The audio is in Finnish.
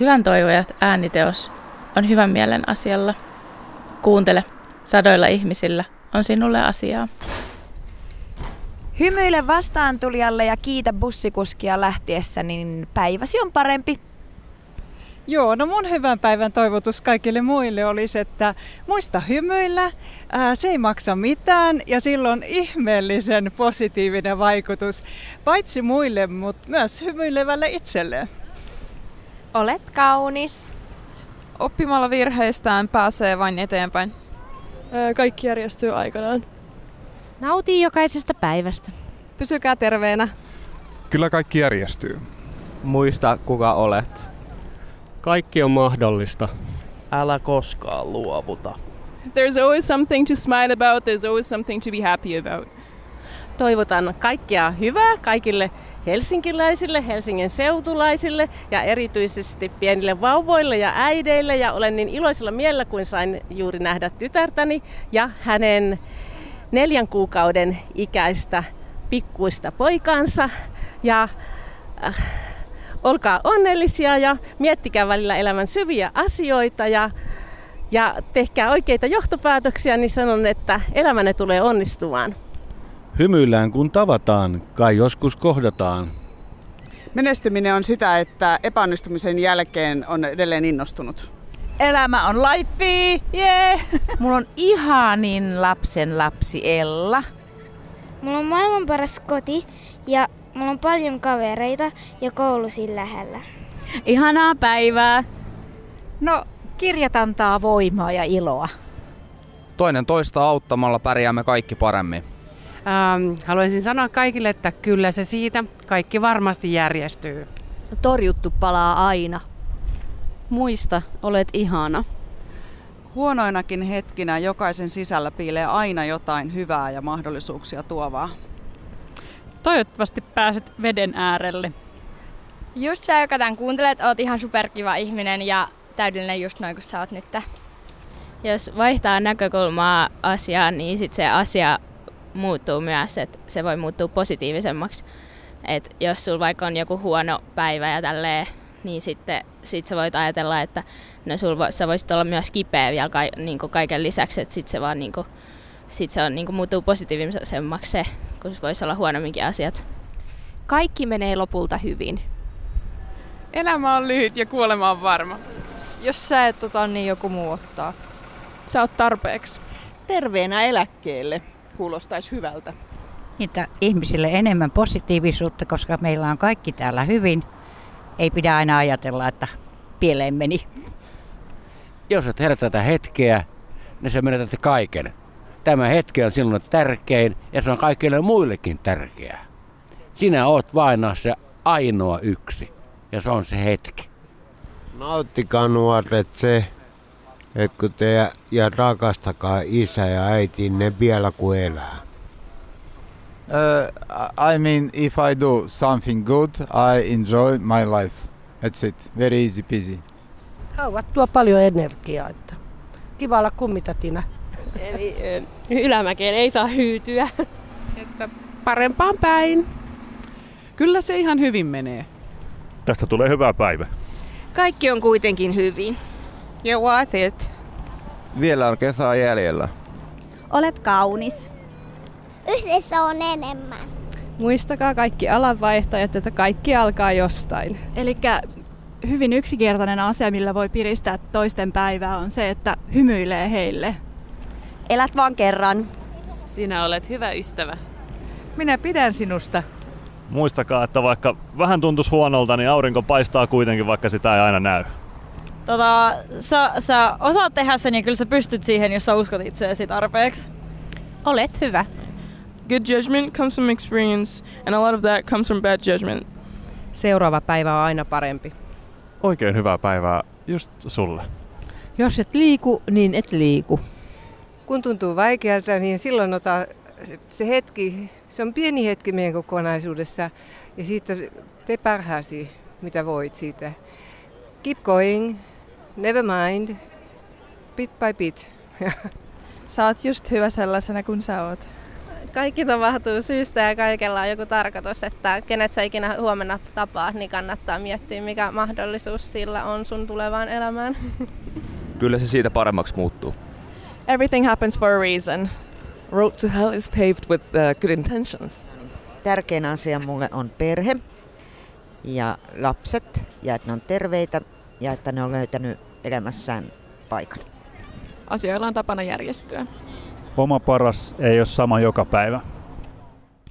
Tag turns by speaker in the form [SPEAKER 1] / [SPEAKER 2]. [SPEAKER 1] Hyvän toivojat ääniteos on hyvän mielen asialla. Kuuntele, sadoilla ihmisillä on sinulle asiaa.
[SPEAKER 2] Hymyile vastaantulijalle ja kiitä bussikuskia lähtiessä, niin päiväsi on parempi.
[SPEAKER 3] Joo, no mun hyvän päivän toivotus kaikille muille olisi, että muista hymyillä, ää, se ei maksa mitään ja silloin ihmeellisen positiivinen vaikutus paitsi muille, mutta myös hymyilevälle itselleen.
[SPEAKER 4] Olet kaunis.
[SPEAKER 5] Oppimalla virheistään pääsee vain eteenpäin.
[SPEAKER 6] Ää, kaikki järjestyy aikanaan.
[SPEAKER 7] Nauti jokaisesta päivästä.
[SPEAKER 6] Pysykää terveenä.
[SPEAKER 8] Kyllä kaikki järjestyy.
[SPEAKER 9] Muista kuka olet.
[SPEAKER 10] Kaikki on mahdollista.
[SPEAKER 11] Älä koskaan luovuta.
[SPEAKER 12] There's always something to smile about, there's always something to be happy about.
[SPEAKER 13] Toivotan kaikkia hyvää kaikille helsinkiläisille, Helsingin seutulaisille ja erityisesti pienille vauvoille ja äideille. Ja olen niin iloisella mielellä, kun sain juuri nähdä tytärtäni ja hänen neljän kuukauden ikäistä pikkuista poikaansa. Ja äh, olkaa onnellisia ja miettikää välillä elämän syviä asioita ja, ja tehkää oikeita johtopäätöksiä, niin sanon, että elämänne tulee onnistumaan.
[SPEAKER 14] Hymyillään kun tavataan, kai joskus kohdataan.
[SPEAKER 15] Menestyminen on sitä, että epäonnistumisen jälkeen on edelleen innostunut.
[SPEAKER 16] Elämä on life, jee! Yeah.
[SPEAKER 17] Mulla on ihanin lapsen lapsi Ella.
[SPEAKER 18] Mulla on maailman paras koti ja Mulla on paljon kavereita ja koulu siinä lähellä.
[SPEAKER 19] Ihanaa päivää!
[SPEAKER 20] No, kirjat antaa voimaa ja iloa.
[SPEAKER 9] Toinen toista auttamalla pärjäämme kaikki paremmin.
[SPEAKER 5] Ähm, haluaisin sanoa kaikille, että kyllä se siitä. Kaikki varmasti järjestyy.
[SPEAKER 10] Torjuttu palaa aina.
[SPEAKER 19] Muista, olet ihana.
[SPEAKER 8] Huonoinakin hetkinä jokaisen sisällä piilee aina jotain hyvää ja mahdollisuuksia tuovaa.
[SPEAKER 6] Toivottavasti pääset veden äärelle.
[SPEAKER 1] Just sä, joka tämän kuuntelet, oot ihan superkiva ihminen ja täydellinen just noin kuin sä oot nyt.
[SPEAKER 11] Jos vaihtaa näkökulmaa asiaan, niin sit se asia muuttuu myös, että se voi muuttua positiivisemmaksi. Et jos sulla vaikka on joku huono päivä ja tälleen, niin sitten sit sä voit ajatella, että no sul vo, sä voisit olla myös kipeä vielä ka, niin kaiken lisäksi, että sit se vaan niin kuin, sit se on, niin kuin, muuttuu positiivisemmaksi se kun voisi olla huonomminkin asiat.
[SPEAKER 3] Kaikki menee lopulta hyvin.
[SPEAKER 7] Elämä on lyhyt ja kuolema on varma.
[SPEAKER 2] Jos sä et ota, niin joku muu ottaa.
[SPEAKER 9] Sä oot tarpeeksi.
[SPEAKER 17] Terveenä eläkkeelle. Kuulostaisi hyvältä.
[SPEAKER 12] Niitä ihmisille enemmän positiivisuutta, koska meillä on kaikki täällä hyvin. Ei pidä aina ajatella, että pieleen meni.
[SPEAKER 19] Jos et herätä tätä hetkeä, niin sä menetät kaiken tämä hetki on sinulle tärkein ja se on kaikille muillekin tärkeää. Sinä oot vain se ainoa yksi ja se on se hetki.
[SPEAKER 18] Nauttikaa nuoret se, että kun te ja rakastakaa isä ja äiti ne vielä kun elää.
[SPEAKER 13] Uh, I mean, if I do something good, I enjoy my life. That's it. Very easy peasy.
[SPEAKER 21] Kauat tuo paljon energiaa, että kiva olla kummitatina.
[SPEAKER 22] Eli ylämäkeen ei saa hyytyä.
[SPEAKER 23] Että parempaan päin. Kyllä se ihan hyvin menee.
[SPEAKER 24] Tästä tulee hyvä päivä.
[SPEAKER 25] Kaikki on kuitenkin hyvin.
[SPEAKER 26] You what it?
[SPEAKER 9] Vielä on kesää jäljellä.
[SPEAKER 19] Olet kaunis.
[SPEAKER 18] Yhdessä on enemmän.
[SPEAKER 19] Muistakaa kaikki alanvaihtajat, että kaikki alkaa jostain.
[SPEAKER 6] Eli hyvin yksinkertainen asia, millä voi piristää toisten päivää, on se, että hymyilee heille
[SPEAKER 19] elät vaan kerran.
[SPEAKER 27] Sinä olet hyvä ystävä.
[SPEAKER 2] Minä pidän sinusta.
[SPEAKER 24] Muistakaa, että vaikka vähän tuntuisi huonolta, niin aurinko paistaa kuitenkin, vaikka sitä ei aina näy.
[SPEAKER 2] Tota, sä, sä osaat tehdä sen ja kyllä sä pystyt siihen, jos sä uskot itseesi tarpeeksi.
[SPEAKER 6] Olet hyvä.
[SPEAKER 26] Good judgment comes from experience and a lot of that comes from bad judgment.
[SPEAKER 19] Seuraava päivä on aina parempi.
[SPEAKER 24] Oikein hyvää päivää just sulle.
[SPEAKER 19] Jos et liiku, niin et liiku
[SPEAKER 28] kun tuntuu vaikealta, niin silloin ota se hetki, se on pieni hetki meidän kokonaisuudessa ja siitä te parhaasi, mitä voit siitä. Keep going, never mind, bit by bit.
[SPEAKER 19] Sä oot just hyvä sellaisena kuin sä oot.
[SPEAKER 13] kaikki tapahtuu syystä ja kaikella on joku tarkoitus, että kenet sä ikinä huomenna tapaat, niin kannattaa miettiä, mikä mahdollisuus sillä on sun tulevaan elämään.
[SPEAKER 29] Kyllä se siitä paremmaksi muuttuu.
[SPEAKER 26] Everything happens for a reason.
[SPEAKER 5] Road to hell is paved with uh, good intentions.
[SPEAKER 3] Tärkein asia mulle on perhe ja lapset ja että ne on terveitä ja että ne on löytänyt elämässään paikan.
[SPEAKER 26] Asioilla on tapana järjestyä.
[SPEAKER 19] Oma paras ei ole sama joka päivä.